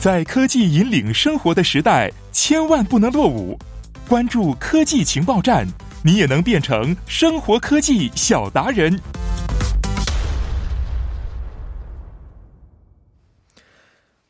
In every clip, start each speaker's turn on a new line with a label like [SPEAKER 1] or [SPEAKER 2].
[SPEAKER 1] 在科技引领生活的时代，千万不能落伍。关注科技情报站，你也能变成生活科技小达人。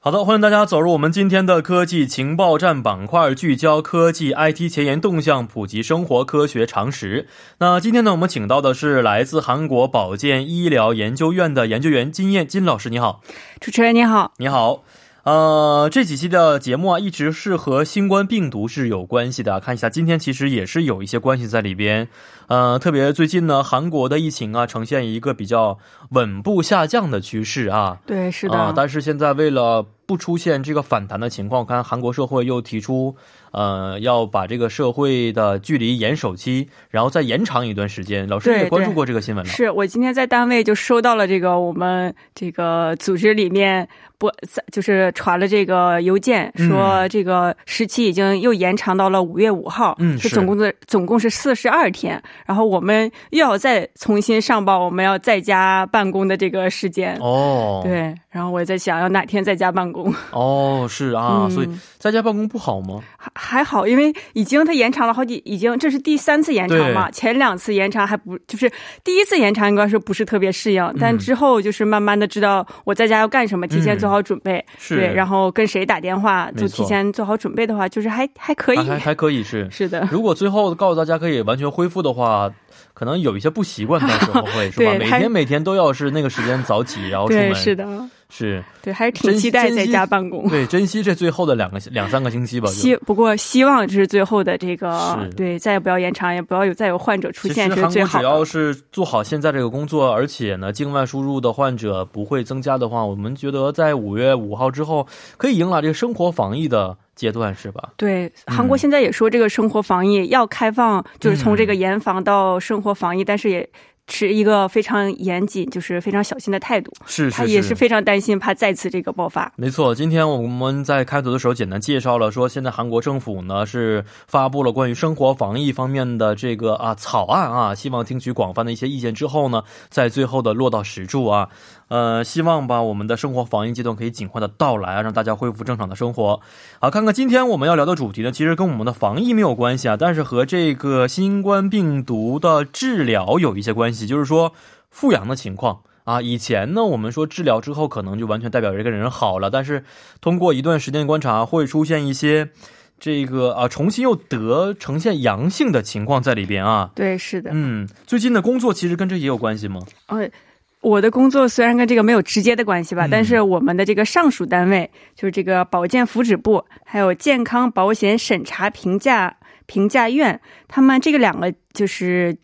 [SPEAKER 2] 好的，欢迎大家走入我们今天的科技情报站板块，聚焦科技 IT 前沿动向，普及生活科学常识。那今天呢，我们请到的是来自韩国保健医疗研究院的研究员金燕金老师，你好，
[SPEAKER 3] 主持人你好，
[SPEAKER 2] 你好。呃，这几期的节目啊，一直是和新冠病毒是有关系的啊。看一下，今天其实也是有一些关系在里边。呃，特别最近呢，韩国的疫情啊，呈现一个比较稳步下降的趋势啊。
[SPEAKER 3] 对，是的，
[SPEAKER 2] 啊、但是现在为了不出现这个反弹的情况，我看韩国社会又提出，呃，要把这个社会的距离严守期，然后再延长一段时间。老师
[SPEAKER 3] 对
[SPEAKER 2] 也关注
[SPEAKER 3] 对
[SPEAKER 2] 过这个新闻了，
[SPEAKER 3] 是我今天在单位就收到了这个我们这个组织里面不就是传了这个邮件，
[SPEAKER 2] 嗯
[SPEAKER 3] 说这个时期已经又延长到了五月五号，
[SPEAKER 2] 嗯
[SPEAKER 3] 就是总共的总共是四十二天，然后我们又要再重新上报我们要在家办公的这个时间。
[SPEAKER 2] 哦，
[SPEAKER 3] 对，然后我在想要哪天在家办公，
[SPEAKER 2] 哦，是啊、
[SPEAKER 3] 嗯
[SPEAKER 2] 所以在家办公不好吗？
[SPEAKER 3] 还还好，因为已经它延长了好几，已经这是第三次延长嘛，前两次延长还不就是第一次延长应该是不是特别适
[SPEAKER 2] 嗯
[SPEAKER 3] 应，但之后就是慢慢的知道我在家要干什么，提前做好准备，
[SPEAKER 2] 是，
[SPEAKER 3] 对，然
[SPEAKER 2] 后
[SPEAKER 3] 后跟谁打电话
[SPEAKER 2] 嗯没
[SPEAKER 3] 就
[SPEAKER 2] 错啊
[SPEAKER 3] 提前做好准备的话，就是还还可以，
[SPEAKER 2] 还还还可以 是。
[SPEAKER 3] 是的。
[SPEAKER 2] 如果最后告诉大家可以完全恢复的话，可能有一些不习惯，到时候会是吧？
[SPEAKER 3] 对
[SPEAKER 2] 每
[SPEAKER 3] 还
[SPEAKER 2] 天每天都要是那个时间早起，然后出
[SPEAKER 3] 对，
[SPEAKER 2] 门
[SPEAKER 3] 是的，
[SPEAKER 2] 是
[SPEAKER 3] 对，还是挺
[SPEAKER 2] 珍惜
[SPEAKER 3] 期待在家
[SPEAKER 2] 珍惜
[SPEAKER 3] 办公。
[SPEAKER 2] 对珍惜这最后的两个两三个星期吧。就
[SPEAKER 3] 希不过希望这是最后的这个
[SPEAKER 2] 是，
[SPEAKER 3] 对，再也不要延长，也不要有再有患者出
[SPEAKER 2] 其
[SPEAKER 3] 现，
[SPEAKER 2] 实
[SPEAKER 3] 这
[SPEAKER 2] 韩
[SPEAKER 3] 是最
[SPEAKER 2] 国
[SPEAKER 3] 好
[SPEAKER 2] 只
[SPEAKER 3] 的。
[SPEAKER 2] 要是做好现在这个工作，而且呢，境外输入的患者不会增加的话，我们觉得在五月五号之后可以迎来这个生活防疫的阶段，是吧？
[SPEAKER 3] 对，韩国
[SPEAKER 2] 嗯
[SPEAKER 3] 现在也说这个生活防疫要开放，就是从这个
[SPEAKER 2] 嗯
[SPEAKER 3] 严防到生活防疫，但是也持一个非常严谨，就是非常小心的态度。
[SPEAKER 2] 是
[SPEAKER 3] 他也是非常担心，怕再次这个爆发。
[SPEAKER 2] 没错，今天我们在开头的时候简单介绍了，说现在韩国政府呢是发布了关于生活防疫方面的这个啊草案啊，希望听取广泛的一些意见之后呢，在最后的落到实处啊，呃，希望吧我们的生活防疫阶段可以尽快的到来啊，让大家恢复正常的生活。好，看看今天我们要聊的主题呢，其实跟我们的防疫没有关系啊，但是和这个新冠病毒的治疗有一些关系，就是说复阳的情况。啊，以前呢，我们说治疗之后可能就完全代表这个人好了，但是通过一段时间观察，会出现一些这个啊，重新又得呈现阳性的情况在里边啊。
[SPEAKER 3] 对，是的，
[SPEAKER 2] 嗯，最近的工作其实跟这也有关系吗？
[SPEAKER 3] 呃，我的工作虽然跟这个没有直接的关系吧，但是
[SPEAKER 2] 嗯
[SPEAKER 3] 我们的这个上属单位就是这个保健福祉部，还有健康保险审查评价评价院，他们这个两个就是。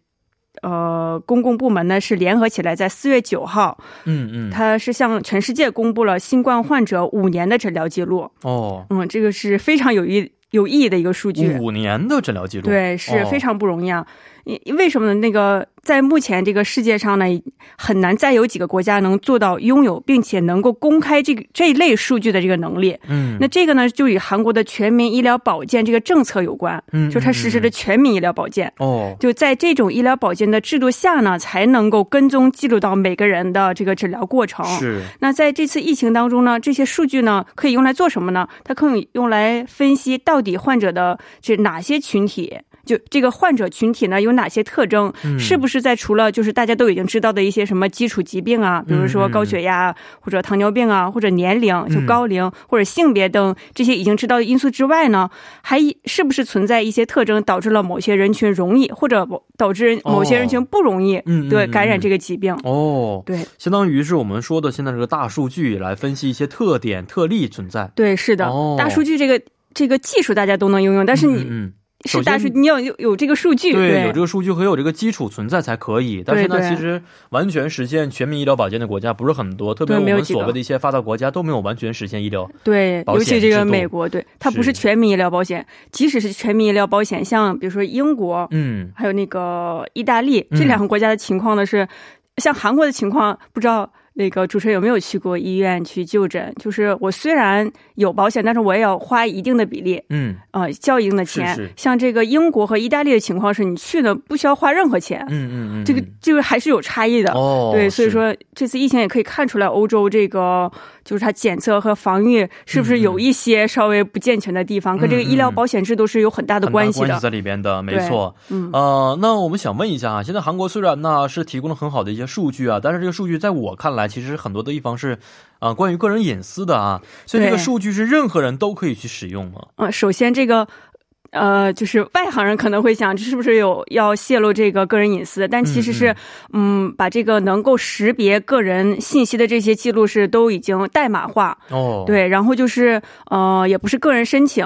[SPEAKER 3] 呃，公共部门呢是联合起来，在四月九号，
[SPEAKER 2] 嗯嗯，
[SPEAKER 3] 它是向全世界公布了新冠患者五年的诊疗记录。
[SPEAKER 2] 哦，
[SPEAKER 3] 嗯，这个是非常有意有意义的一个数据。
[SPEAKER 2] 五年的诊疗记录，
[SPEAKER 3] 对，是
[SPEAKER 2] 嗯哦
[SPEAKER 3] 非常不容易啊！因为什么呢？那个在目前这个世界上呢，很难再有几个国家能做到拥有并且能够公开这个这一类数据的这个能力。
[SPEAKER 2] 嗯，
[SPEAKER 3] 那这个呢，就与韩国的全民医疗保健这个政策有关，
[SPEAKER 2] 嗯
[SPEAKER 3] 就是它实施的全民医疗保健。
[SPEAKER 2] 哦，
[SPEAKER 3] 就在这种医疗保健的制度下呢，才能够跟踪记录到每个人的这个诊疗过程。
[SPEAKER 2] 是
[SPEAKER 3] 那在这次疫情当中呢，这些数据呢可以用来做什么呢？它可以用来分析到底患者的这哪些群体。就这个患者群体呢，有哪些特征？
[SPEAKER 2] 嗯
[SPEAKER 3] 是不是在除了就是大家都已经知道的一些什么基础疾病啊，比如
[SPEAKER 2] 嗯
[SPEAKER 3] 说高血压、或者糖尿病啊，或者年龄就高龄、或者性别等这些已经知道的因素之外呢，还是不是存在一些特征导致了某些人群容易，或者导致人某些人群不容易、
[SPEAKER 2] 哦嗯嗯
[SPEAKER 3] 对
[SPEAKER 2] 嗯
[SPEAKER 3] 感染
[SPEAKER 2] 嗯
[SPEAKER 3] 这个疾病？
[SPEAKER 2] 哦，
[SPEAKER 3] 对
[SPEAKER 2] 相当于是我们说的现在这个大数据来分析一些特点特例存在。
[SPEAKER 3] 对，是的，
[SPEAKER 2] 哦
[SPEAKER 3] 大数据这个这个技术大家都能应用，但是你、
[SPEAKER 2] 嗯嗯。首先
[SPEAKER 3] 是大数，你要有有这个数 据，
[SPEAKER 2] 对，
[SPEAKER 3] 对
[SPEAKER 2] 有这个数据和有这个基础存在才可以。但是呢，
[SPEAKER 3] 对
[SPEAKER 2] 其实完全实现全民医疗保健的国家不是很多，特别
[SPEAKER 3] 对
[SPEAKER 2] 我
[SPEAKER 3] 没有
[SPEAKER 2] 们
[SPEAKER 3] 几个
[SPEAKER 2] 所谓的一些发达国家都没有完全实现医疗。
[SPEAKER 3] 对
[SPEAKER 2] 保
[SPEAKER 3] 尤
[SPEAKER 2] 险
[SPEAKER 3] 其这
[SPEAKER 2] 制
[SPEAKER 3] 个
[SPEAKER 2] 度
[SPEAKER 3] 美国，对它不
[SPEAKER 2] 是
[SPEAKER 3] 是全民医疗保险，即使是全民医疗保险，像比如说英国，
[SPEAKER 2] 嗯，
[SPEAKER 3] 还有那个意大利
[SPEAKER 2] 嗯
[SPEAKER 3] 这两个国家的情况呢是，像韩国的情况不知道。那个主持人有没有去过医院去就诊？就是我虽然有保险，但是我也要花一定的比例，
[SPEAKER 2] 嗯
[SPEAKER 3] 呃，交一定的钱。
[SPEAKER 2] 是是
[SPEAKER 3] 像这个英国和意大利的情况是，你去呢不需要花任何钱，
[SPEAKER 2] 嗯嗯嗯，
[SPEAKER 3] 这个这个还是有差异的。
[SPEAKER 2] 哦，
[SPEAKER 3] 对，所以
[SPEAKER 2] 是
[SPEAKER 3] 说这次疫情也可以看出来，欧洲这个就是它检测和防御是不是
[SPEAKER 2] 嗯
[SPEAKER 3] 有一些稍微不健全的地方，跟这个医疗保险制度是有很大
[SPEAKER 2] 很
[SPEAKER 3] 的
[SPEAKER 2] 大
[SPEAKER 3] 关
[SPEAKER 2] 关
[SPEAKER 3] 系的。
[SPEAKER 2] 在里边的，没
[SPEAKER 3] 对
[SPEAKER 2] 错。
[SPEAKER 3] 嗯
[SPEAKER 2] 呃，那我们想问一下啊，现在韩国虽然呢是提供了很好的一些数据啊，但是这个数据在我看来，其实很多的地方是啊、呃关于个人隐私的啊，所以这个
[SPEAKER 3] 对
[SPEAKER 2] 数据是任何人都可以去使用吗？
[SPEAKER 3] 嗯，首先这个。呃，就是外行人可能会想，这是不是有要泄露这个个人隐私？但其实是，嗯，把这个能够识别个人信息的这些记录是都已经代码化，
[SPEAKER 2] 哦，，
[SPEAKER 3] 对。然后就是，呃，也不是个人申请，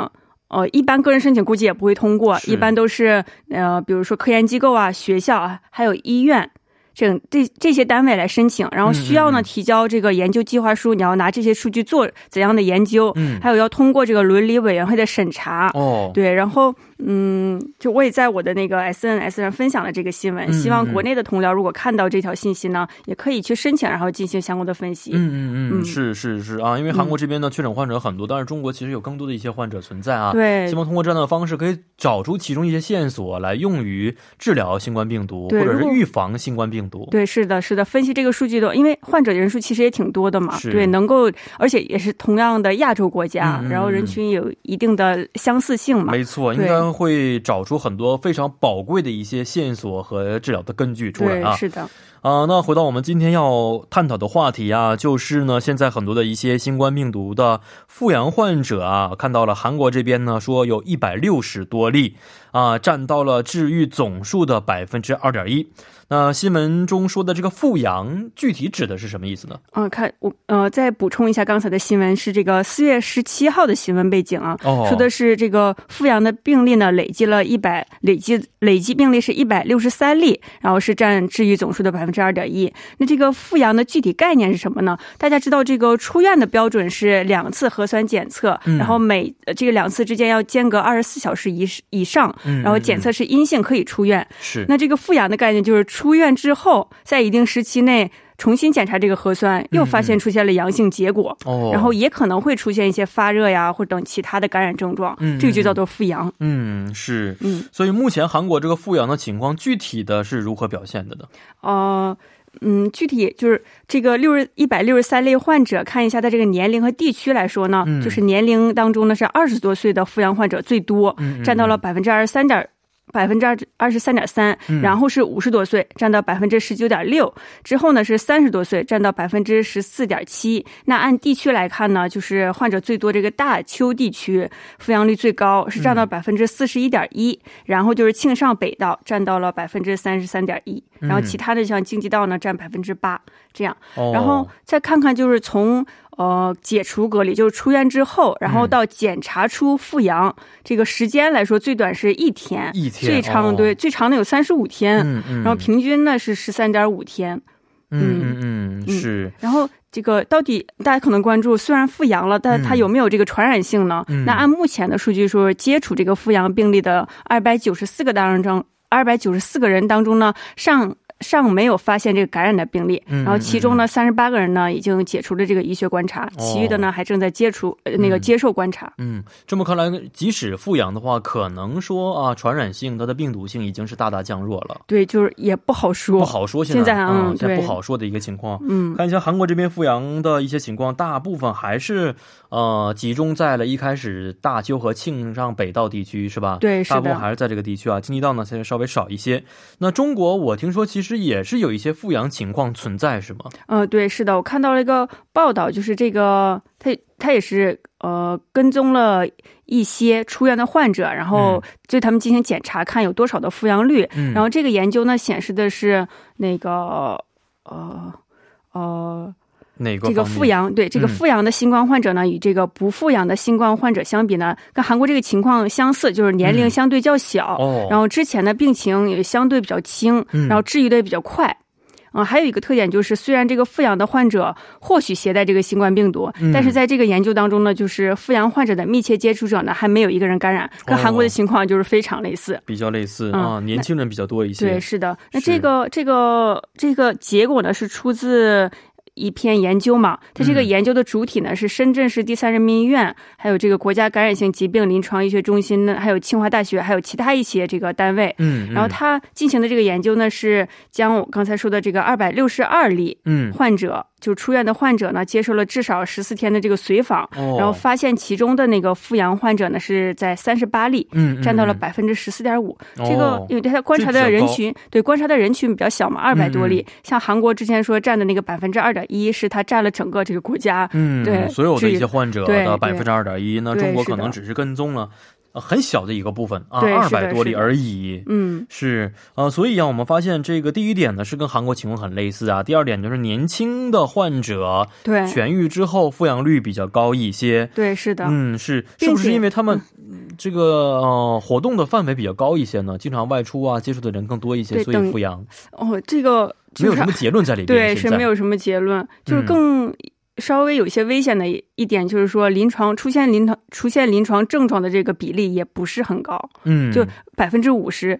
[SPEAKER 3] 呃，一般个人申请估计也不会通过，
[SPEAKER 2] 是
[SPEAKER 3] 一般都是，呃，比如说科研机构啊、学校啊，还有医院。这这这些单位来申请，然后需要呢
[SPEAKER 2] 嗯嗯嗯
[SPEAKER 3] 提交这个研究计划书，你要拿这些数据做怎样的研究，
[SPEAKER 2] 嗯，
[SPEAKER 3] 还有要通过这个伦理委员会的审查。
[SPEAKER 2] 哦，
[SPEAKER 3] 对，然后嗯，就我也在我的那个 SNS 上分享了这个新闻，
[SPEAKER 2] 嗯
[SPEAKER 3] 希望
[SPEAKER 2] 嗯
[SPEAKER 3] 国内的同僚如果看到这条信息呢，也可以去申请，然后进行相关的分析。
[SPEAKER 2] 嗯嗯嗯，
[SPEAKER 3] 嗯
[SPEAKER 2] 是是是啊，因为韩国这边呢确诊患者很多，但是中国其实有更多的一些患者存在啊。
[SPEAKER 3] 对
[SPEAKER 2] 希望通过这样的方式可以找出其中一些线索来用于治疗新冠病毒，或
[SPEAKER 3] 对
[SPEAKER 2] 者
[SPEAKER 3] 如
[SPEAKER 2] 是
[SPEAKER 3] 果
[SPEAKER 2] 预防新冠病毒。
[SPEAKER 3] 对，是的，是的，分析这个数据的，因为患者人数其实也挺多的嘛，
[SPEAKER 2] 是
[SPEAKER 3] 对，能够，而且也是同样的亚洲国家，
[SPEAKER 2] 嗯嗯嗯
[SPEAKER 3] 然后人群有一定的相似性嘛，
[SPEAKER 2] 没错，应
[SPEAKER 3] 对
[SPEAKER 2] 该会找出很多非常宝贵的一些线索和治疗的根据出来
[SPEAKER 3] 对，
[SPEAKER 2] 啊。
[SPEAKER 3] 是的，
[SPEAKER 2] 啊、那回到我们今天要探讨的话题啊，就是呢，现在很多的一些新冠病毒的复阳患者啊，看到了韩国这边呢说有一百六十多例啊、占到了治愈总数的百分之二点一。那新闻中说的这个复阳，具体指的是什么意思呢？
[SPEAKER 3] 嗯，看我呃，再补充一下刚才的新闻是这个四月十七号的新闻背景啊，
[SPEAKER 2] 哦，
[SPEAKER 3] 说的是这个阜阳的病例呢，累计了一百，累计累计病例是一百六十三例，然后是占治愈总数的百分之二点一。那这个阜阳的具体概念是什么呢？大家知道这个出院的标准是两次核酸检测，
[SPEAKER 2] 嗯
[SPEAKER 3] 然后每呃这个两次之间要间隔二十四小时以以上，
[SPEAKER 2] 嗯，
[SPEAKER 3] 然后检测是阴性可以出院。
[SPEAKER 2] 是
[SPEAKER 3] 那这个复阳的概念就是出院之后，在一定时期内重新检查这个核酸，
[SPEAKER 2] 嗯
[SPEAKER 3] 又发现出现了阳性结果。
[SPEAKER 2] 哦，
[SPEAKER 3] 然后也可能会出现一些发热呀，或者等其他的感染症状，
[SPEAKER 2] 嗯
[SPEAKER 3] 这个就叫做复阳。
[SPEAKER 2] 嗯是，
[SPEAKER 3] 嗯，
[SPEAKER 2] 所以目前韩国这个复阳的情况具体的是如何表现的呢？
[SPEAKER 3] 呃，嗯，具体就是这个六十一百六十三类患者，看一下他这个年龄和地区来说呢，
[SPEAKER 2] 嗯
[SPEAKER 3] 就是年龄当中呢是二十多岁的复阳患者最多，
[SPEAKER 2] 嗯
[SPEAKER 3] 占到了百分之二十三点。百分之二二十三点三，
[SPEAKER 2] 嗯
[SPEAKER 3] 然后是五十多岁，占到百分之十九点六，之后呢是三十多岁，占到百分之十四点七。那按地区来看呢，就是患者最多这个大邱地区复阳率最高，是占
[SPEAKER 2] 嗯
[SPEAKER 3] 到百分之四十一点一，然后就是庆尚北道占到了百分之三十三点一，
[SPEAKER 2] 嗯
[SPEAKER 3] 然后其他的像京畿道呢占百分之八这样。
[SPEAKER 2] 哦，
[SPEAKER 3] 然后再看看就是从呃解除隔离，就是出院之后，然后到检查出复阳、这个时间来说，最短是一天，
[SPEAKER 2] 一天
[SPEAKER 3] 最长、
[SPEAKER 2] 哦
[SPEAKER 3] 对最长的有三十五天、
[SPEAKER 2] 嗯嗯，
[SPEAKER 3] 然后平均呢是十三点五天。
[SPEAKER 2] 嗯嗯嗯
[SPEAKER 3] 嗯
[SPEAKER 2] 是
[SPEAKER 3] 然后这个到底大家可能关注，虽然复阳了，但它有没有这个传染性呢？
[SPEAKER 2] 嗯
[SPEAKER 3] 那按目前的数据说，接触这个复阳病例的二百九十四个当中，二百九十四个人当中呢，上尚没有发现这个感染的病例，
[SPEAKER 2] 嗯哦
[SPEAKER 3] 然后其中呢，三十八个人呢已经解除了这个医学观察，其余的呢还正在接触、呃、那个接受观察。
[SPEAKER 2] 嗯，这么看来，即使复阳的话，可能说啊，传染性它的病毒性已经是大大降弱了，
[SPEAKER 3] 对，就是也不好说，
[SPEAKER 2] 不好说现在
[SPEAKER 3] 现在
[SPEAKER 2] 啊
[SPEAKER 3] 嗯
[SPEAKER 2] 现在不
[SPEAKER 3] 对
[SPEAKER 2] 好说的一个情况。
[SPEAKER 3] 嗯，
[SPEAKER 2] 看一下韩国这边复阳的一些情况，大部分还是呃集中在了一开始大邱和庆尚北道地区，是吧？
[SPEAKER 3] 对是的
[SPEAKER 2] 大部分还是在这个地区啊。京畿道呢，现在稍微少一些。那中国，我听说其实也是有一些复阳情况存在，是吗？
[SPEAKER 3] 嗯，对，是的，我看到了一个报道，就是这个他他也是呃跟踪了一些出院的患者，然后对他们进行检查，看有多少的复阳率。
[SPEAKER 2] 嗯
[SPEAKER 3] 然后这个研究呢显示的是那个呃呃
[SPEAKER 2] 哪个
[SPEAKER 3] 这个
[SPEAKER 2] 方面
[SPEAKER 3] 复阳对这个
[SPEAKER 2] 嗯
[SPEAKER 3] 复阳的新冠患者呢，与这个不复阳的新冠患者相比呢，跟韩国这个情况相似，就是年龄
[SPEAKER 2] 嗯
[SPEAKER 3] 相对较小，
[SPEAKER 2] 哦，
[SPEAKER 3] 然后之前的病情也相对比较轻，
[SPEAKER 2] 嗯
[SPEAKER 3] 然后治愈的也比较快。嗯，还有一个特点就是，虽然这个复阳的患者或许携带这个新冠病毒，但是在这个研究当中呢，就是复阳患者的密切接触者呢，还没有一个人感染，跟韩国的情况就是非常类似。
[SPEAKER 2] 比较类似、
[SPEAKER 3] 嗯
[SPEAKER 2] 啊，年轻人比较多一些。
[SPEAKER 3] 对，是的。那
[SPEAKER 2] 是
[SPEAKER 3] 这个这个这个结果呢，是出自。一篇研究嘛，它这个研究的主体呢是深圳市第三人民医院，还有这个国家感染性疾病临床医学中心呢，还有清华大学，还有其他一些这个单位。
[SPEAKER 2] 嗯，
[SPEAKER 3] 然后他进行的这个研究呢，是将我刚才说的这个二百六十二例
[SPEAKER 2] 嗯，
[SPEAKER 3] 患者，就是出院的患者呢，接受了至少十四天的这个随访，
[SPEAKER 2] 哦
[SPEAKER 3] 然后发现其中的那个复阳患者呢是在三十八例，
[SPEAKER 2] 嗯
[SPEAKER 3] 占到了
[SPEAKER 2] 嗯
[SPEAKER 3] 百分之十四点五。
[SPEAKER 2] 嗯
[SPEAKER 3] 这个
[SPEAKER 2] 哦
[SPEAKER 3] 因为他观察
[SPEAKER 2] 这比
[SPEAKER 3] 的
[SPEAKER 2] 较
[SPEAKER 3] 人
[SPEAKER 2] 高嗯
[SPEAKER 3] 群，对观察的人群比较小嘛，二百多例。像韩国之前说占的那个百分之二点一，是他占了整个这个国家。
[SPEAKER 2] 嗯，
[SPEAKER 3] 对
[SPEAKER 2] 所有的
[SPEAKER 3] 至于
[SPEAKER 2] 一些患者
[SPEAKER 3] 对
[SPEAKER 2] 的百
[SPEAKER 3] 对
[SPEAKER 2] 分之二点一，那
[SPEAKER 3] 对
[SPEAKER 2] 中国
[SPEAKER 3] 是
[SPEAKER 2] 可能
[SPEAKER 3] 的
[SPEAKER 2] 只是跟踪了呃很小的一个部分啊，
[SPEAKER 3] 对
[SPEAKER 2] 二
[SPEAKER 3] 是的
[SPEAKER 2] 百多例
[SPEAKER 3] 是的
[SPEAKER 2] 而已。
[SPEAKER 3] 嗯，
[SPEAKER 2] 是，呃，所以呀、我们发现这个第一点呢是跟韩国情况很类似啊，第二点就是年轻的患者
[SPEAKER 3] 对，
[SPEAKER 2] 痊愈之后复阳率比较高一些。
[SPEAKER 3] 对，是的。
[SPEAKER 2] 嗯，是，是
[SPEAKER 3] 并
[SPEAKER 2] 不是
[SPEAKER 3] 且
[SPEAKER 2] 因为他们嗯这个呃活动的范围比较高一些呢？经常外出啊，接触的人更多一些，
[SPEAKER 3] 对
[SPEAKER 2] 所
[SPEAKER 3] 等
[SPEAKER 2] 以
[SPEAKER 3] 于
[SPEAKER 2] 复阳
[SPEAKER 3] 哦，这个
[SPEAKER 2] 没
[SPEAKER 3] 就
[SPEAKER 2] 有
[SPEAKER 3] 是
[SPEAKER 2] 什么结论在里边。
[SPEAKER 3] 对，
[SPEAKER 2] 现
[SPEAKER 3] 是
[SPEAKER 2] 在
[SPEAKER 3] 没有什么结论，就是
[SPEAKER 2] 嗯
[SPEAKER 3] 更稍微有一些危险的一点，就是说临床出现临床出现临床症状的这个比例也不是很高，
[SPEAKER 2] 嗯，
[SPEAKER 3] 就百分之五十。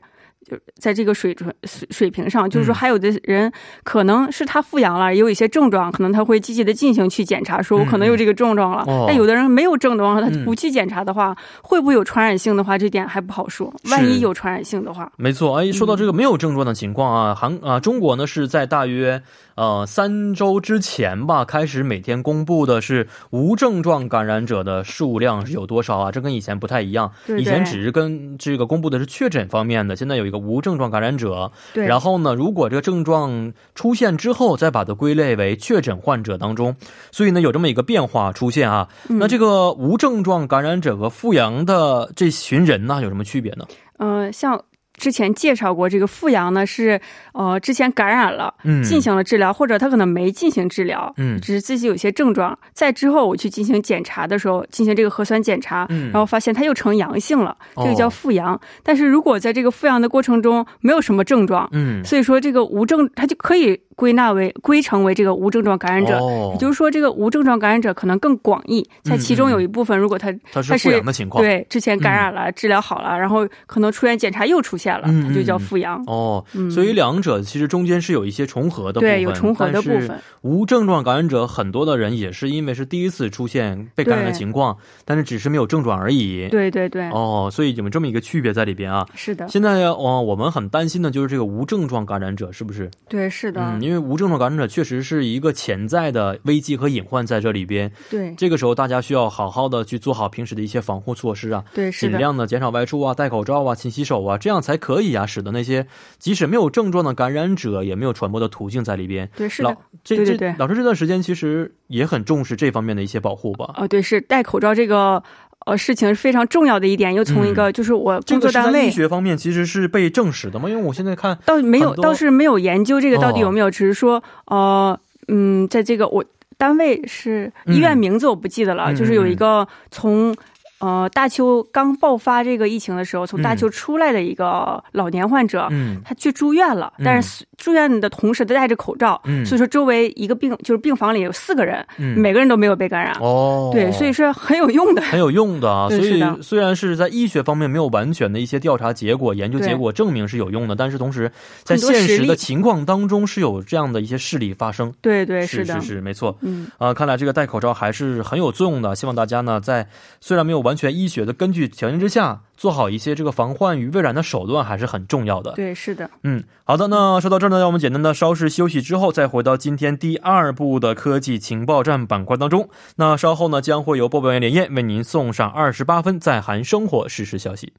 [SPEAKER 3] 就在这个水准水水平上，就是说，
[SPEAKER 2] 嗯
[SPEAKER 3] 还有的人可能是他复阳了，也有一些症状，可能他会积极的进行去检查，说我可能有这个症状了。
[SPEAKER 2] 哦
[SPEAKER 3] 但有的人没有症状了，他
[SPEAKER 2] 嗯
[SPEAKER 3] 不去检查的话，会不会有传染性的话，这点还不好说。万
[SPEAKER 2] 是
[SPEAKER 3] 一有传染性的话，
[SPEAKER 2] 没错，哎，说
[SPEAKER 3] 嗯
[SPEAKER 2] 到这个没有症状的情况啊，韩啊，中国呢是在大约呃三周之前吧，开始每天公布的是无症状感染者的数量是有多少啊？这跟以前不太一样，
[SPEAKER 3] 对对
[SPEAKER 2] 以前只是跟这个公布的是确诊方面的，现在有一个无症状感染者，
[SPEAKER 3] 对，
[SPEAKER 2] 然后呢，如果这个症状出现之后，再把它归类为确诊患者当中，所以呢有这么一个变化出现啊。
[SPEAKER 3] 嗯
[SPEAKER 2] 那这个无症状感染者和复阳的这群人呢有什么区别呢？
[SPEAKER 3] 嗯，像之前介绍过，这个复阳呢是呃之前感染了，
[SPEAKER 2] 嗯，
[SPEAKER 3] 进行了治疗，或者他可能没进行治疗，
[SPEAKER 2] 嗯
[SPEAKER 3] 只是自己有些症状，在之后我去进行检查的时候，进行这个核酸检查，
[SPEAKER 2] 嗯
[SPEAKER 3] 然后发现他又呈阳性了，这个
[SPEAKER 2] 哦
[SPEAKER 3] 叫复阳。但是如果在这个复阳的过程中没有什么症状，
[SPEAKER 2] 嗯。
[SPEAKER 3] 所以说这个无症他就可以归纳为归成为这个无症状感染者。
[SPEAKER 2] 哦、
[SPEAKER 3] 也就是说，这个无症状感染者可能更广义，在其
[SPEAKER 2] 嗯
[SPEAKER 3] 中
[SPEAKER 2] 嗯
[SPEAKER 3] 有一部分，如果他
[SPEAKER 2] 它是复
[SPEAKER 3] 但是
[SPEAKER 2] 阳的情况。，
[SPEAKER 3] 对，之前感染了，治疗好了，然后可能出院检查又出现了，
[SPEAKER 2] 嗯
[SPEAKER 3] 它就叫
[SPEAKER 2] 嗯嗯
[SPEAKER 3] 复阳。
[SPEAKER 2] 哦，所以两者其实中间是有一些重合的部分，
[SPEAKER 3] 嗯对，有重合的部
[SPEAKER 2] 但是
[SPEAKER 3] 分。
[SPEAKER 2] 无症状感染者很多的人也是因为是第一次出现被感染的情况，但是只是没有症状而已。。
[SPEAKER 3] 对对对，
[SPEAKER 2] 哦，所以有这么一个区别在里边啊。
[SPEAKER 3] 是的，
[SPEAKER 2] 现在哦，我们很担心的就是这个无症状感染者是不是？
[SPEAKER 3] 对是的，
[SPEAKER 2] 嗯，因为无症状感染者确实是一个潜在的危机和隐患在这里边。
[SPEAKER 3] 对
[SPEAKER 2] 这个时候大家需要好好的去做好平时的一些防护措施啊。
[SPEAKER 3] 对是
[SPEAKER 2] 尽
[SPEAKER 3] 的，
[SPEAKER 2] 量的减少外出啊，戴口罩啊，勤洗手啊，这样才可以啊，使得那些即使没有症状的感染者也没有传播的途径在里边。
[SPEAKER 3] 对是
[SPEAKER 2] 老
[SPEAKER 3] 的。
[SPEAKER 2] 这
[SPEAKER 3] 对对
[SPEAKER 2] 这
[SPEAKER 3] 对
[SPEAKER 2] 老师这段时间其实也很重视这方面的一些保护吧。
[SPEAKER 3] 哦，对，是戴口罩这个呃事情是非常重要的一点。又
[SPEAKER 2] 嗯
[SPEAKER 3] 从一个就是我
[SPEAKER 2] 这
[SPEAKER 3] 工
[SPEAKER 2] 个
[SPEAKER 3] 作
[SPEAKER 2] 是
[SPEAKER 3] 单
[SPEAKER 2] 在医
[SPEAKER 3] 位。
[SPEAKER 2] 学方面其实是被证实的吗？因为我现在看，
[SPEAKER 3] 倒没有
[SPEAKER 2] 很，多
[SPEAKER 3] 倒是没有研究这个到底
[SPEAKER 2] 哦
[SPEAKER 3] 有没有，只是说，呃，嗯，在这个我单位是
[SPEAKER 2] 嗯
[SPEAKER 3] 医院名字我不记得了，
[SPEAKER 2] 嗯
[SPEAKER 3] 就是有一个从呃大邱刚爆发这个疫情的时候，从大邱出来的一个老年患者，
[SPEAKER 2] 嗯
[SPEAKER 3] 他去住院了，
[SPEAKER 2] 嗯
[SPEAKER 3] 但是住院的同时他戴着口罩，
[SPEAKER 2] 嗯
[SPEAKER 3] 所以说周围一个病就是病房里有四个人，
[SPEAKER 2] 嗯，
[SPEAKER 3] 每个人都没有被感染，
[SPEAKER 2] 哦，
[SPEAKER 3] 对，所以是很有用的。
[SPEAKER 2] 很有用的啊。所
[SPEAKER 3] 对
[SPEAKER 2] 以
[SPEAKER 3] 是的
[SPEAKER 2] 虽然是在医学方面没有完全的一些调查结果、研究结果证明是有用的，但是同时在
[SPEAKER 3] 很多
[SPEAKER 2] 现
[SPEAKER 3] 实
[SPEAKER 2] 实的
[SPEAKER 3] 例
[SPEAKER 2] 情况当中是有这样的一些事例发生。
[SPEAKER 3] 对对，
[SPEAKER 2] 是
[SPEAKER 3] 的，
[SPEAKER 2] 是是，没错。
[SPEAKER 3] 嗯，
[SPEAKER 2] 啊、看来这个戴口罩还是很有作用的。希望大家呢，在虽然没有完全医学的根据条件之下，做好一些这个防患于未然的手段还是很重要的。
[SPEAKER 3] 对，是的，
[SPEAKER 2] 嗯，好的，那说到这儿呢，让我们简单的稍事休息之后，再回到今天第二部的科技情报站板块当中。那稍后呢，将会由播报员连夜为您送上二十八分在韩生活实时消息。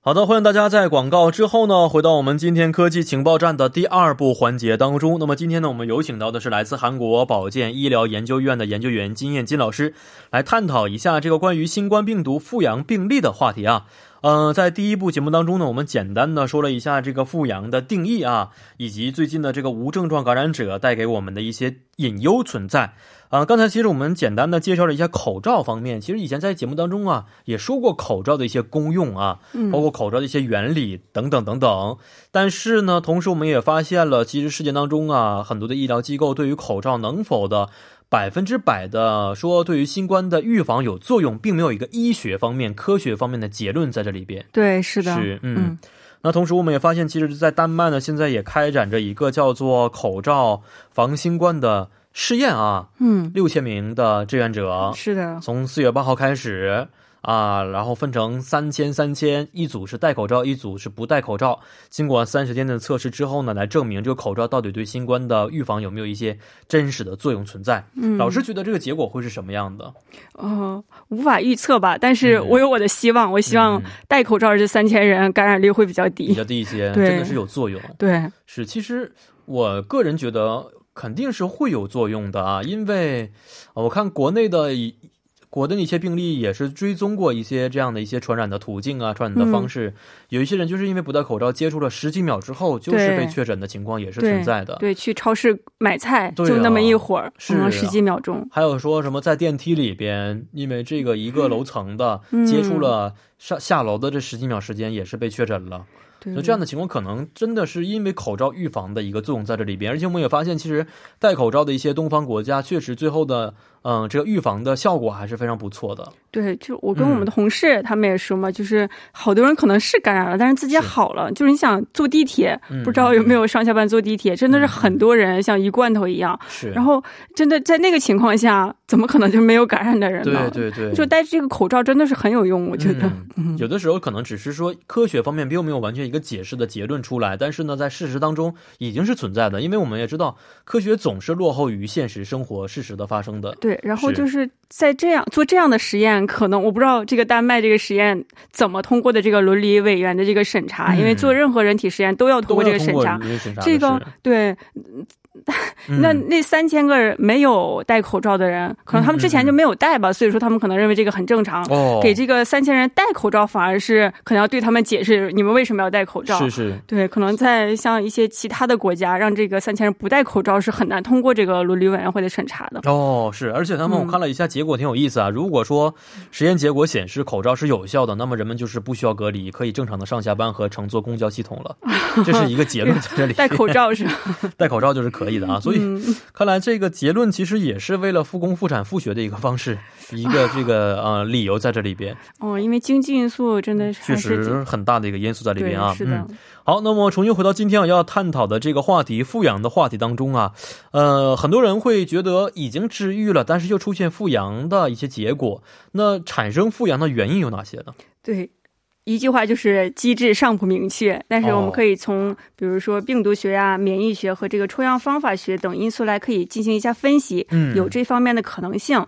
[SPEAKER 2] 好的，欢迎大家在广告之后呢，回到我们今天科技情报站的第二部环节当中。那么今天呢，我们有请到的是来自韩国保健医疗研究院的研究员金燕金老师，来探讨一下这个关于新冠病毒复阳病例的话题啊。呃，在第一部节目当中呢，我们简单的说了一下这个复阳的定义啊，以及最近的这个无症状感染者带给我们的一些隐忧存在。啊、刚才其实我们简单的介绍了一下口罩方面，其实以前在节目当中啊也说过口罩的一些功用啊，包括口罩的一些原理等等等等。但是呢，同时我们也发现了，其实世界当中啊，很多的医疗机构对于口罩能否的百分之百的说对于新冠的预防有作用，并没有一个医学方面、科学方面的结论在这里边。
[SPEAKER 3] 对，是的，
[SPEAKER 2] 是嗯
[SPEAKER 3] 嗯
[SPEAKER 2] 那同时，我们也发现，其实，在丹麦呢，现在也开展着一个叫做“口罩防新冠”的试验啊，
[SPEAKER 3] 嗯，
[SPEAKER 2] 六千名的志愿者，
[SPEAKER 3] 是的，
[SPEAKER 2] 从四月八号开始啊，然后分成三千三千，一组是戴口罩，一组是不戴口罩。经过三十天的测试之后呢，来证明这个口罩到底对新冠的预防有没有一些真实的作用存在。
[SPEAKER 3] 嗯，
[SPEAKER 2] 老师觉得这个结果会是什么样的？
[SPEAKER 3] 哦，无法预测吧，但是
[SPEAKER 2] 嗯
[SPEAKER 3] 我有我的希望，我希望
[SPEAKER 2] 嗯
[SPEAKER 3] 戴口罩这三千人感染率会比较
[SPEAKER 2] 比
[SPEAKER 3] 低。
[SPEAKER 2] 较低一些，
[SPEAKER 3] 对
[SPEAKER 2] 真的是有作用。
[SPEAKER 3] 对，
[SPEAKER 2] 是，其实我个人觉得肯定是会有作用的啊，因为呃我看国内的一国内的一些病例也是追踪过一些这样的一些传染的途径啊、传染的
[SPEAKER 3] 嗯
[SPEAKER 2] 方式，有一些人就是因为不戴口罩接触了十几秒之后，就是
[SPEAKER 3] 对
[SPEAKER 2] 被确诊的情况也是
[SPEAKER 3] 对
[SPEAKER 2] 存在的。
[SPEAKER 3] 对，去超市买菜
[SPEAKER 2] 对啊
[SPEAKER 3] 就那么一会儿，
[SPEAKER 2] 是
[SPEAKER 3] 可能
[SPEAKER 2] 啊
[SPEAKER 3] 十几秒钟。
[SPEAKER 2] 还有说什么在电梯里边，因为这个一个楼层的、
[SPEAKER 3] 嗯
[SPEAKER 2] 接触了上下楼的这十几秒时间，也是被确诊了。
[SPEAKER 3] 对，
[SPEAKER 2] 那这样的情况可能真的是因为口罩预防的一个作用在这里边，而且我们也发现，其实戴口罩的一些东方国家，确实最后的嗯、这个预防的效果还是非常不错的。
[SPEAKER 3] 对，就我跟
[SPEAKER 2] 嗯
[SPEAKER 3] 我们的同事、他们也说嘛，就是好多人可能是感染了，但是自己
[SPEAKER 2] 是
[SPEAKER 3] 好了。就是你想坐地铁，
[SPEAKER 2] 嗯
[SPEAKER 3] 不知道有没有上下班坐地铁，真的是很多人像一罐头一样。
[SPEAKER 2] 是，
[SPEAKER 3] 然后真的在那个情况下，怎么可能就没有感染的人呢？
[SPEAKER 2] 对对对，
[SPEAKER 3] 就戴这个口罩真的是很有用，我觉得。
[SPEAKER 2] 嗯、有的时候可能只是说科学方面并没有完全一个解释的结论出来，但是呢，在事实当中已经是存在的，因为我们也知道科学总是落后于现实生活事实的发生的。
[SPEAKER 3] 对，然后
[SPEAKER 2] 是
[SPEAKER 3] 就是在这样做这样的实验，可能我不知道这个丹麦这个实验怎么通过的这个伦理委员的这个审查，
[SPEAKER 2] 嗯
[SPEAKER 3] 因为做任何人体实验都要通
[SPEAKER 2] 都
[SPEAKER 3] 过这
[SPEAKER 2] 要
[SPEAKER 3] 个
[SPEAKER 2] 通
[SPEAKER 3] 审
[SPEAKER 2] 过
[SPEAKER 3] 查。
[SPEAKER 2] 伦理审查的
[SPEAKER 3] 这个
[SPEAKER 2] 是
[SPEAKER 3] 对，
[SPEAKER 2] 嗯
[SPEAKER 3] 那那三千个人没有戴口罩的人，可能他们之前就没有戴吧，所以说他们可能认为这个很正常。
[SPEAKER 2] 嗯哦，
[SPEAKER 3] 给这个三千人戴口罩，反而是可能要对他们解释你们为什么要戴口罩。
[SPEAKER 2] 是是
[SPEAKER 3] 对，可能在像一些其他的国家，让这个三千人不戴口罩是很难通过这个伦理委员会的审查的。
[SPEAKER 2] 哦，是，而且他们我
[SPEAKER 3] 嗯
[SPEAKER 2] 看了一下结果，挺有意思啊。如果说实验结果显示口罩是有效的，那么人们就是不需要隔离，可以正常的上下班和乘坐公交系统了。这是一个结论在这里。
[SPEAKER 3] 戴口嗯罩是吧？
[SPEAKER 2] 戴口罩就是可以的啊。所以、 看来这个结论其实也是为了复工复产复学的一个方式，一个这个呃理由在这里边，
[SPEAKER 3] 哦，因为经济因素真的是
[SPEAKER 2] 嗯确
[SPEAKER 3] 还是挺
[SPEAKER 2] 实很大的一个因素在里边啊。
[SPEAKER 3] 对，是的。
[SPEAKER 2] 嗯好，那么重新回到今天啊要探讨的这个话题——复阳的话题当中啊，呃，很多人会觉得已经治愈了，但是又出现复阳的一些结果。那产生复阳的原因有哪些呢？
[SPEAKER 3] 对，一句话就是机制尚不明确，但是我
[SPEAKER 2] 哦
[SPEAKER 3] 们可以从比如说病毒学啊、免疫学和这个抽样方法学等因素来可以进行一下分析，
[SPEAKER 2] 嗯
[SPEAKER 3] 有这方面的可能性。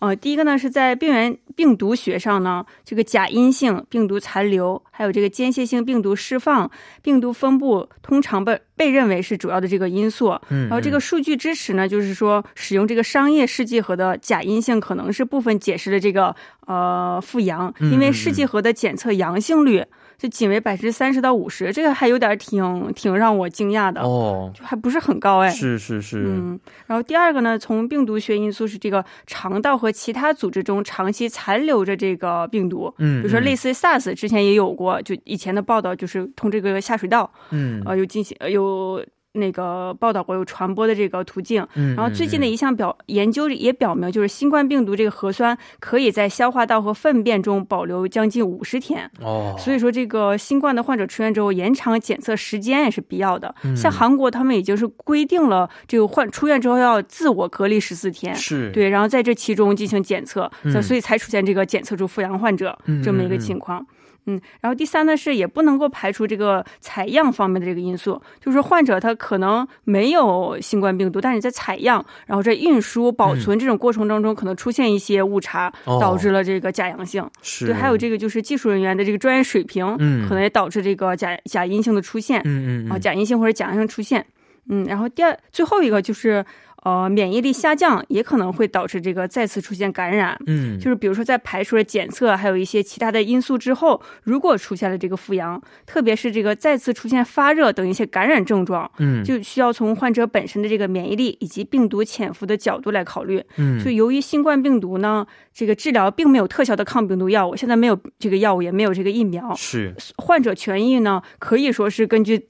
[SPEAKER 3] 呃，第一个呢是在病原病毒学上呢，这个假阴性病毒残留，还有这个间歇性病毒释放、病毒分布，通常被被认为是主要的这个因素。
[SPEAKER 2] 嗯，
[SPEAKER 3] 然后这个数据支持呢，就是说使用这个商业试剂盒的假阴性，可能是部分解释了这个呃复阳，
[SPEAKER 2] 嗯
[SPEAKER 3] 因
[SPEAKER 2] 嗯
[SPEAKER 3] 为试剂盒的检测阳性率就仅为百分之三十到五十，这个还有点挺挺让我惊讶的，
[SPEAKER 2] 哦，
[SPEAKER 3] 就还不是很高哎。
[SPEAKER 2] 是是是，
[SPEAKER 3] 啊嗯，然后第二个呢，从病毒学因素是这个肠道和其他组织中长期残留着这个病毒，比
[SPEAKER 2] 嗯，
[SPEAKER 3] 如说类
[SPEAKER 2] 似，
[SPEAKER 3] 似 SARS 之前也有过，就以前的报道就是通这个下水道，
[SPEAKER 2] 嗯
[SPEAKER 3] 呃，有进行呃有那个报道过有传播的这个途径。
[SPEAKER 2] 嗯，
[SPEAKER 3] 然后最近的一项表研究也表明，就是新冠病毒这个核酸可以在消化道和粪便中保留将近五十天。
[SPEAKER 2] 嗯哦，
[SPEAKER 3] 所以说，这个新冠的患者出院之后，延长检测时间也是必要的。
[SPEAKER 2] 嗯
[SPEAKER 3] 像韩国，他们已经是规定了，这个患出院之后要自我隔离十四天，
[SPEAKER 2] 是，
[SPEAKER 3] 对，然后在这其中进行检测，
[SPEAKER 2] 嗯
[SPEAKER 3] 所以才出现这个检测出复阳患者
[SPEAKER 2] 嗯
[SPEAKER 3] 这么一
[SPEAKER 2] 嗯
[SPEAKER 3] 个
[SPEAKER 2] 嗯
[SPEAKER 3] 情况。嗯，然后第三呢是也不能够排除这个采样方面的这个因素，就是说患者他可能没有新冠病毒，但是在采样，然后在运输、保存这种过程当中，可能出现一些误差，
[SPEAKER 2] 嗯哦
[SPEAKER 3] 导致了这个假阳性。
[SPEAKER 2] 是，
[SPEAKER 3] 对，还有这个就是技术人员的这个专业水平，
[SPEAKER 2] 嗯
[SPEAKER 3] 可能也导致这个假假阴性的出现。
[SPEAKER 2] 嗯，嗯嗯
[SPEAKER 3] 啊，假阴性或者假阳性出现。嗯，然后第二最后一个就是呃免疫力下降，也可能会导致这个再次出现感染。
[SPEAKER 2] 嗯，
[SPEAKER 3] 就是比如说，在排除了检测还有一些其他的因素之后，如果出现了这个复阳，特别是这个再次出现发热等一些感染症状，
[SPEAKER 2] 嗯，
[SPEAKER 3] 就需要从患者本身的这个免疫力以及病毒潜伏的角度来考虑。
[SPEAKER 2] 嗯
[SPEAKER 3] 就由于新冠病毒呢，这个治疗并没有特效的抗病毒药物，现在没有这个药物，也没有这个疫苗，
[SPEAKER 2] 是
[SPEAKER 3] 患者权益呢，可以说是根据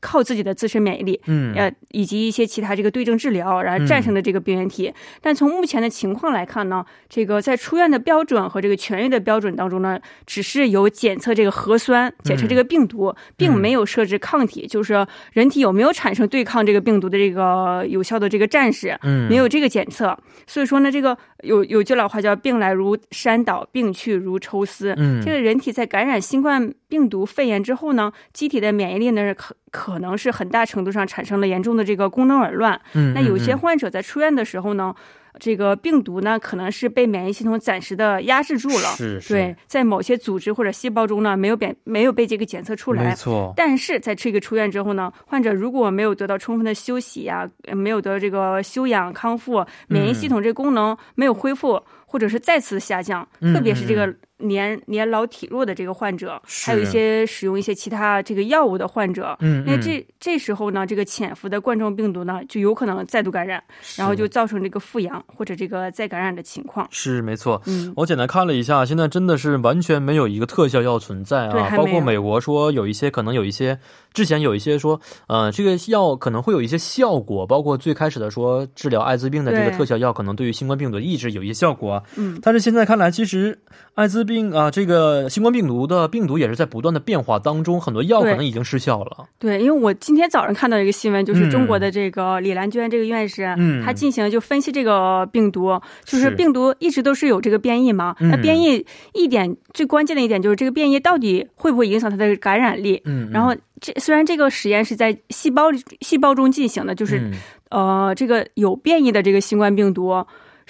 [SPEAKER 3] 靠自己的自身免疫力，
[SPEAKER 2] 嗯
[SPEAKER 3] 呃，以及一些其他这个对症治疗，然后战胜的这个病原体。但从目前的情况来看呢，这个在出院的标准和这个痊愈的标准当中呢，只是有检测这个核
[SPEAKER 2] 嗯
[SPEAKER 3] 酸、检测这个病毒，并没有设置抗体，就是人体有没有产生对抗这个病毒的这个有效的这个战士，
[SPEAKER 2] 嗯
[SPEAKER 3] 没有这个检测。所以说呢，这个有有句老话叫“病来如山倒，病去如抽丝”。
[SPEAKER 2] 嗯
[SPEAKER 3] 这个人体在感染新冠病毒肺炎之后呢，机体的免疫力呢可可能是很大程度上产生了严重的这个功能紊乱。
[SPEAKER 2] 嗯
[SPEAKER 3] 那有些
[SPEAKER 2] 嗯
[SPEAKER 3] 患者在出院的时候呢，这个病毒呢可能是被免疫系统暂时的压制住了，
[SPEAKER 2] 是是
[SPEAKER 3] 对，在某些组织或者细胞中呢没有被没有被这个检测出
[SPEAKER 2] 没
[SPEAKER 3] 来。
[SPEAKER 2] 错，
[SPEAKER 3] 但是在这个出院之后呢，患者如果没有得到充分的休息呀、呃没有得到这个休养康复，免疫系统这功能没有恢复，或者是再次下降，
[SPEAKER 2] 嗯
[SPEAKER 3] 特别是这个年年老体弱的这个患者，
[SPEAKER 2] 是
[SPEAKER 3] 还有一些使用一些其他这个药物的患者。
[SPEAKER 2] 嗯，
[SPEAKER 3] 那
[SPEAKER 2] 嗯
[SPEAKER 3] 这这时候呢，这个潜伏的冠状病毒呢，就有可能再度感染，然后
[SPEAKER 2] 是
[SPEAKER 3] 就造成这个复阳或者这个再感染的情况。
[SPEAKER 2] 是没错。
[SPEAKER 3] 嗯，
[SPEAKER 2] 我简单看了一下，现在真的是完全没有一个特效药存在
[SPEAKER 3] 对
[SPEAKER 2] 啊，
[SPEAKER 3] 还没有
[SPEAKER 2] 包括美国说有一些可能有一些之前有一些说，呃，这个药可能会有一些效果，包括最开始的说治疗艾滋病的这个
[SPEAKER 3] 对
[SPEAKER 2] 特效药，可能对于新冠病毒的抑制有一些效果啊。
[SPEAKER 3] 嗯，
[SPEAKER 2] 但是现在看来，其实艾滋病啊、这个新冠病毒的病毒也是在不断的变化当中，很多药可
[SPEAKER 3] 对
[SPEAKER 2] 能已经失效了。
[SPEAKER 3] 对，因为我今天早上看到一个新闻，就是
[SPEAKER 2] 嗯
[SPEAKER 3] 中国的这个李兰娟这个院士，啊
[SPEAKER 2] 嗯
[SPEAKER 3] 她进行就分析这个病毒，就是
[SPEAKER 2] 是
[SPEAKER 3] 病毒一直都是有这个变异嘛，
[SPEAKER 2] 嗯
[SPEAKER 3] 那变异一点最关键的一点就是这个变异到底会不会影响它的感染力？
[SPEAKER 2] 嗯，嗯
[SPEAKER 3] 然后这虽然这个实验是在细胞里细胞中进行的，就是、
[SPEAKER 2] 嗯
[SPEAKER 3] 呃这个有变异的这个新冠病毒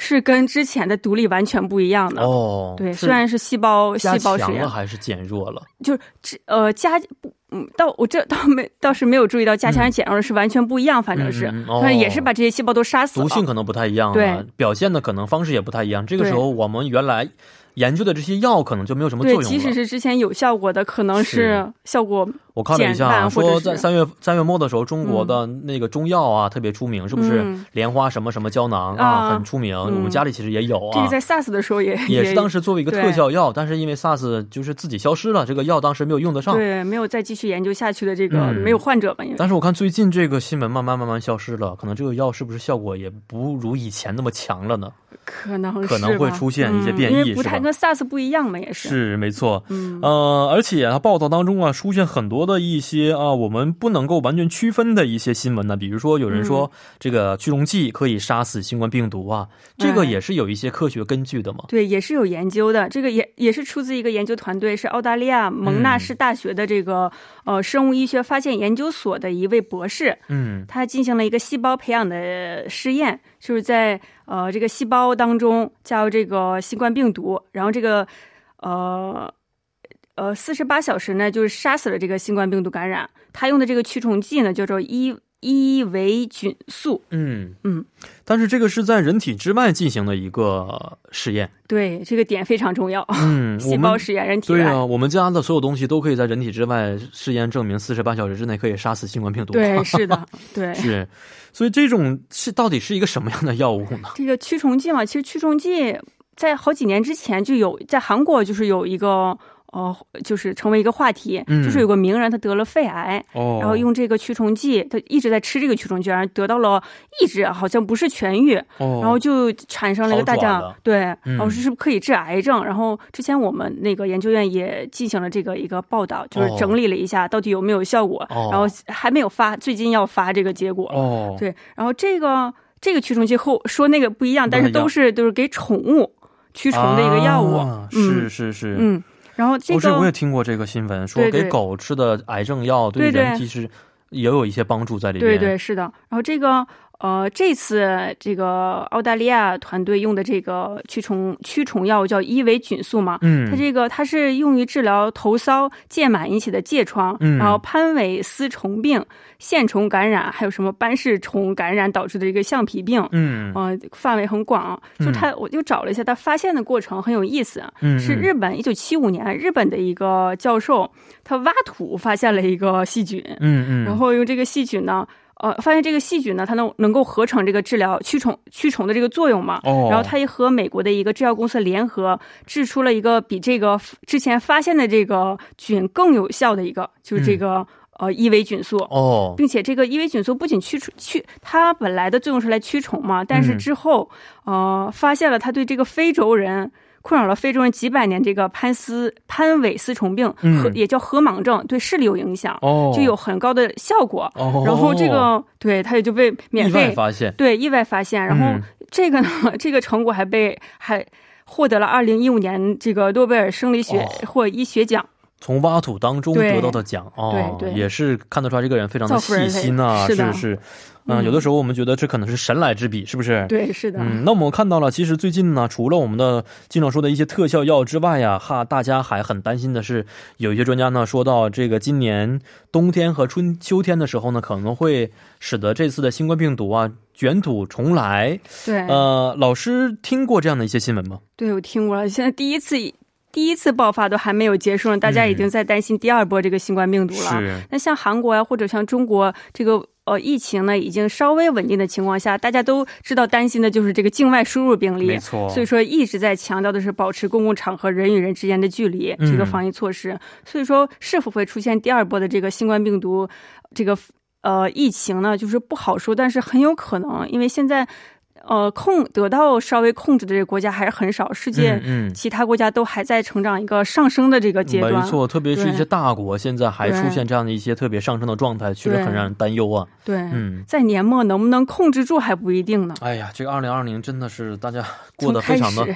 [SPEAKER 3] 是跟之前的毒理完全不一样的。
[SPEAKER 2] 哦，
[SPEAKER 3] 对，
[SPEAKER 2] 是
[SPEAKER 3] 虽然是细胞细
[SPEAKER 2] 加
[SPEAKER 3] 胞
[SPEAKER 2] 强
[SPEAKER 3] 实验
[SPEAKER 2] 了，还是减弱了？
[SPEAKER 3] 就是这呃加不嗯，倒我这倒没倒是没有注意到加强减弱的是完全不一样，反正是，
[SPEAKER 2] 嗯嗯嗯哦
[SPEAKER 3] 但是也是把这些细胞都杀死了。
[SPEAKER 2] 毒性可能不太一样啊
[SPEAKER 3] 对，
[SPEAKER 2] 表现的可能方式也不太一样。这个
[SPEAKER 3] 对
[SPEAKER 2] 时候我们原来研究的这些药可能就没有什么作
[SPEAKER 3] 对，
[SPEAKER 2] 用了。
[SPEAKER 3] 即使是之前有效果的，可
[SPEAKER 2] 是
[SPEAKER 3] 能是效果
[SPEAKER 2] 我看了一下、
[SPEAKER 3] 减
[SPEAKER 2] 啊，
[SPEAKER 3] 半或者
[SPEAKER 2] 说
[SPEAKER 3] 是
[SPEAKER 2] 在三月三月末的时候，中国的那个中药啊、特别出名，是不是
[SPEAKER 3] 嗯？
[SPEAKER 2] 莲花什么什么胶囊啊，
[SPEAKER 3] 啊
[SPEAKER 2] 很出名、
[SPEAKER 3] 嗯
[SPEAKER 2] 我们家里其实也有
[SPEAKER 3] 这
[SPEAKER 2] 啊
[SPEAKER 3] 个。在 SARS 的时候也
[SPEAKER 2] 也是当时作为一个
[SPEAKER 3] 对
[SPEAKER 2] 特效药，但是因为 SARS 就是自己消失了，这个药当时没有用得上。
[SPEAKER 3] 对没有再继续研究下去的这个、
[SPEAKER 2] 嗯
[SPEAKER 3] 没有患者吧，因为
[SPEAKER 2] 但是我看最近这个新闻慢慢慢慢消失了，可能这个药是不是效果也不如以前那么强了呢？
[SPEAKER 3] 可能
[SPEAKER 2] 可能
[SPEAKER 3] 是
[SPEAKER 2] 会
[SPEAKER 3] 吧
[SPEAKER 2] 出现一些
[SPEAKER 3] 嗯
[SPEAKER 2] 变
[SPEAKER 3] 因
[SPEAKER 2] 异
[SPEAKER 3] 为不
[SPEAKER 2] 是
[SPEAKER 3] 太
[SPEAKER 2] 吧
[SPEAKER 3] 跟 SARS 不一样嘛，也是。
[SPEAKER 2] 是没错，
[SPEAKER 3] 嗯
[SPEAKER 2] 呃，而且啊，报道当中啊，出现很多的一些啊，我们不能够完全区分的一些新闻呢，比如说有人说、这个驱虫剂可以杀死新冠病毒啊，这个
[SPEAKER 3] 嗯哎
[SPEAKER 2] 也是有一些科学根据的嘛。
[SPEAKER 3] 对，也是有研究的。这个也也是出自一个研究团队，是澳大利亚蒙
[SPEAKER 2] 嗯
[SPEAKER 3] 纳士大学的这个、呃生物医学发现研究所的一位博士，
[SPEAKER 2] 嗯
[SPEAKER 3] 他进行了一个细胞培养的试验，就是在呃这个细胞当中加入这个新冠病毒，然后这个呃呃四十八小时呢，就是杀死了这个新冠病毒感染。他用的这个驱虫剂呢，叫做伊伊维菌素。
[SPEAKER 2] 嗯
[SPEAKER 3] 嗯，
[SPEAKER 2] 但是这个是在人体之外进行的一个实验。
[SPEAKER 3] 对，这个点非常重要。
[SPEAKER 2] 嗯，我
[SPEAKER 3] 细胞
[SPEAKER 2] 们。
[SPEAKER 3] 实验人体
[SPEAKER 2] 对
[SPEAKER 3] 外
[SPEAKER 2] 啊，我们家的所有东西都可以在人体之外试验证明，四十八小时之内可以杀死新冠病毒。
[SPEAKER 3] 对，是的，对。
[SPEAKER 2] 是，所以这种是到底是一个什么样的药物呢？
[SPEAKER 3] 这个驱虫剂嘛，其实驱虫剂在好几年之前就有，在韩国就是有一个呃，就是成为一个话题，
[SPEAKER 2] 嗯
[SPEAKER 3] 就是有个名人他得了肺癌。
[SPEAKER 2] 哦
[SPEAKER 3] 然后用这个驱虫剂，他一直在吃这个驱虫剂，然后得到了抑制，好像不是痊愈，
[SPEAKER 2] 哦，
[SPEAKER 3] 然后就产生了一个大
[SPEAKER 2] 好
[SPEAKER 3] 家
[SPEAKER 2] 转了
[SPEAKER 3] 对，
[SPEAKER 2] 嗯
[SPEAKER 3] 然后是不是可以治癌症？然后之前我们那个研究院也进行了这个一个报道，就是
[SPEAKER 2] 哦
[SPEAKER 3] 整理了一下到底有没有效果，
[SPEAKER 2] 哦
[SPEAKER 3] 然后还没有发，最近要发这个结果。
[SPEAKER 2] 哦，
[SPEAKER 3] 对，然后这个这个驱虫剂后说那个不一样，
[SPEAKER 2] 不太
[SPEAKER 3] 但是都是就是给宠物驱虫的一个药物。
[SPEAKER 2] 啊
[SPEAKER 3] 嗯
[SPEAKER 2] 是是是，
[SPEAKER 3] 嗯，然后这
[SPEAKER 2] 不是，我也
[SPEAKER 3] 个
[SPEAKER 2] 听过这个新闻，说
[SPEAKER 3] 对对
[SPEAKER 2] 给狗吃的癌症药对
[SPEAKER 3] 对对
[SPEAKER 2] 人其实也有一些帮助在里面。
[SPEAKER 3] 对对是的，然后这个呃这次这个澳大利亚团队用的这个驱虫驱虫药叫伊维菌素嘛。它
[SPEAKER 2] 嗯，
[SPEAKER 3] 这个它是用于治疗头瘙、疥螨引起的疥疮，
[SPEAKER 2] 嗯
[SPEAKER 3] 然后潘玮丝虫病、线虫感染，还有什么斑氏虫感染导致的一个橡皮病，
[SPEAKER 2] 嗯
[SPEAKER 3] 呃，范围很广啊。就它，我就找了一下它发现的过程，很有意思。啊
[SPEAKER 2] 嗯
[SPEAKER 3] 是日本一九七五年日本的一个教授，他挖土发现了一个细菌，
[SPEAKER 2] 嗯嗯，
[SPEAKER 3] 然后用这个细菌呢，呃，发现这个细菌呢，它能能够合成这个治疗驱虫驱虫的这个作用嘛。
[SPEAKER 2] 哦，
[SPEAKER 3] 然后他也和美国的一个制药公司联合，制出
[SPEAKER 2] 嗯
[SPEAKER 3] 了一个比这个之前发现的这个菌更有效的一个，就是这个、呃伊维菌素。
[SPEAKER 2] 哦，
[SPEAKER 3] 并且这个伊维菌素不仅驱除驱，它本来的作用是来驱虫嘛，但是
[SPEAKER 2] 嗯
[SPEAKER 3] 之后，呃，发现了它对这个非洲人困扰了非洲人几百年这个潘斯潘韦丝虫病，
[SPEAKER 2] 嗯
[SPEAKER 3] 和也叫河盲症，对视力有影响，
[SPEAKER 2] 哦，
[SPEAKER 3] 就有很高的效果。
[SPEAKER 2] 哦，
[SPEAKER 3] 然后这个对它也就被免
[SPEAKER 2] 意外
[SPEAKER 3] 费
[SPEAKER 2] 发现，
[SPEAKER 3] 对意外发现，然后
[SPEAKER 2] 嗯
[SPEAKER 3] 这个呢， 这个成果还被还获得了二零一五年这个诺贝尔生理学
[SPEAKER 2] 哦
[SPEAKER 3] 或医学奖。
[SPEAKER 2] 从挖土当中
[SPEAKER 3] 对
[SPEAKER 2] 得到的奖哦，
[SPEAKER 3] 对对
[SPEAKER 2] 也是看得出来这个人非常的
[SPEAKER 3] 造福人
[SPEAKER 2] 细
[SPEAKER 3] 类
[SPEAKER 2] 心啊，
[SPEAKER 3] 是
[SPEAKER 2] 是
[SPEAKER 3] 的
[SPEAKER 2] 是，嗯，
[SPEAKER 3] 嗯
[SPEAKER 2] 有的时候我们觉得这可能是神来之笔，是不是？。
[SPEAKER 3] 对，是的，
[SPEAKER 2] 嗯，那我们看到了，其实最近呢，除了我们的经常说的一些特效药之外呀，哈，大家还很担心的是，有一些专家呢说到，这个今年冬天和春秋天的时候呢，可能会使得这次的新冠病毒啊卷土重来。
[SPEAKER 3] 对，
[SPEAKER 2] 呃，老师听过这样的一些新闻吗？
[SPEAKER 3] 对我听过了。现在第一次第一次爆发都还没有结束呢，大家已经在担心第二波这个新冠病毒了。
[SPEAKER 2] 嗯是，
[SPEAKER 3] 那像韩国呀、啊或者像中国这个呃疫情呢，已经稍微稳定的情况下，大家都知道担心的就是这个境外输入病例
[SPEAKER 2] 没。错。
[SPEAKER 3] 所以说一直在强调的是保持公共场合人与人之间的距离
[SPEAKER 2] 嗯
[SPEAKER 3] 这个防疫措施。所以说是否会出现第二波的这个新冠病毒这个呃疫情呢？就是不好说，但是很有可能，因为现在呃控得到稍微控制的这个国家还是很少，世界
[SPEAKER 2] 嗯嗯，
[SPEAKER 3] 其他国家都还在成长一个上升的这个阶段。
[SPEAKER 2] 没错，特别是一些
[SPEAKER 3] 对
[SPEAKER 2] 大国，现在还
[SPEAKER 3] 对
[SPEAKER 2] 出现这样的一些特别上升的状态，确实
[SPEAKER 3] 对
[SPEAKER 2] 很让人担忧啊。
[SPEAKER 3] 对，
[SPEAKER 2] 嗯，
[SPEAKER 3] 在年末能不能控制住还不一定呢。
[SPEAKER 2] 哎呀，这个二零二零真的是大家过
[SPEAKER 3] 从
[SPEAKER 2] 得
[SPEAKER 3] 开
[SPEAKER 2] 非
[SPEAKER 3] 始
[SPEAKER 2] 常的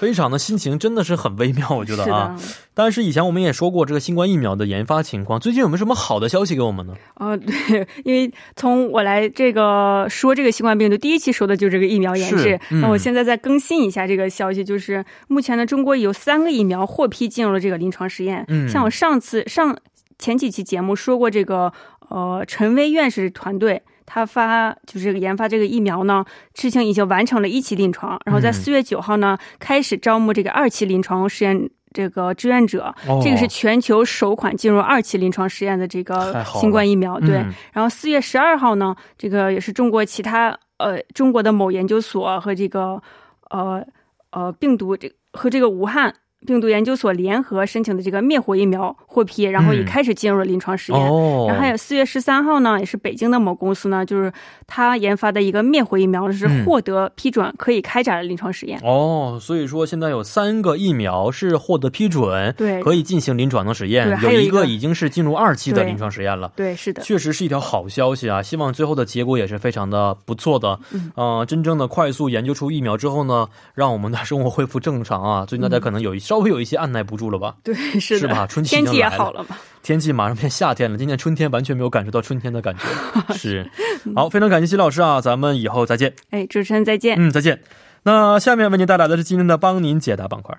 [SPEAKER 2] 非常的心情真的是很微妙，我觉得
[SPEAKER 3] 是
[SPEAKER 2] 啊
[SPEAKER 3] 的。，
[SPEAKER 2] 但是以前我们也说过这个新冠疫苗的研发情况，最近有没有什么好的消息给我们呢？
[SPEAKER 3] 啊，对，因为从我来这个说这个新冠病毒第一期说的就是这个疫苗研
[SPEAKER 2] 是
[SPEAKER 3] 制，
[SPEAKER 2] 嗯
[SPEAKER 3] 那我现在再更新一下这个消息，就是目前呢，中国有三个疫苗获批进入了这个临床实验。
[SPEAKER 2] 嗯
[SPEAKER 3] 像我上次上前几期节目说过，这个呃陈薇院士团队。他发就是这个研发这个疫苗呢，事情已经完成了一期临床，然后在
[SPEAKER 2] 嗯
[SPEAKER 3] 四月九号呢、开始招募这个二期临床实验这个志愿者，
[SPEAKER 2] 哦
[SPEAKER 3] 这个是全球首款进入二期临床实验的这
[SPEAKER 2] 太
[SPEAKER 3] 个
[SPEAKER 2] 好了
[SPEAKER 3] 新冠疫苗。对，
[SPEAKER 2] 嗯
[SPEAKER 3] 然后四月十二号呢，这个也是中国其他呃中国的某研究所和这个呃呃病毒这和这个武汉病毒研究所联合申请的这个灭活疫苗获批，然后也
[SPEAKER 2] 嗯
[SPEAKER 3] 开始进入了临床实验。
[SPEAKER 2] 哦，
[SPEAKER 3] 然后还有四月十三号呢，也是北京的某公司呢，就是它研发的一个灭活疫苗是
[SPEAKER 2] 嗯
[SPEAKER 3] 获得批准，可以开展了临床实验。
[SPEAKER 2] 哦，所以说现在有三个疫苗是获得批准，
[SPEAKER 3] 对
[SPEAKER 2] 可以进行临床的实
[SPEAKER 3] 对
[SPEAKER 2] 验，
[SPEAKER 3] 还
[SPEAKER 2] 有
[SPEAKER 3] 有
[SPEAKER 2] 一
[SPEAKER 3] 一个
[SPEAKER 2] 个已经是进入二期的
[SPEAKER 3] 对
[SPEAKER 2] 临床实验了。
[SPEAKER 3] 对，是的，
[SPEAKER 2] 确实是一条好消息啊！希望最后的结果也是非常的不错的。嗯，呃，真正的快速研究出疫苗之后呢，让我们的生活恢复正常啊！最近大家
[SPEAKER 3] 嗯
[SPEAKER 2] 可能有一、稍微有一些按耐不住了吧？
[SPEAKER 3] 对，是
[SPEAKER 2] 是
[SPEAKER 3] 的，
[SPEAKER 2] 吧春季已
[SPEAKER 3] 天
[SPEAKER 2] 经
[SPEAKER 3] 气也
[SPEAKER 2] 来了
[SPEAKER 3] 好了嘛。
[SPEAKER 2] 天气马上变夏天了，今年春天完全没有感受到春天的感觉。是，好，非常感谢辛老师啊，咱们以后再见。
[SPEAKER 3] 哎，主持人再见。
[SPEAKER 2] 嗯，再见。那下面为您带来的是今天的帮您解答板块。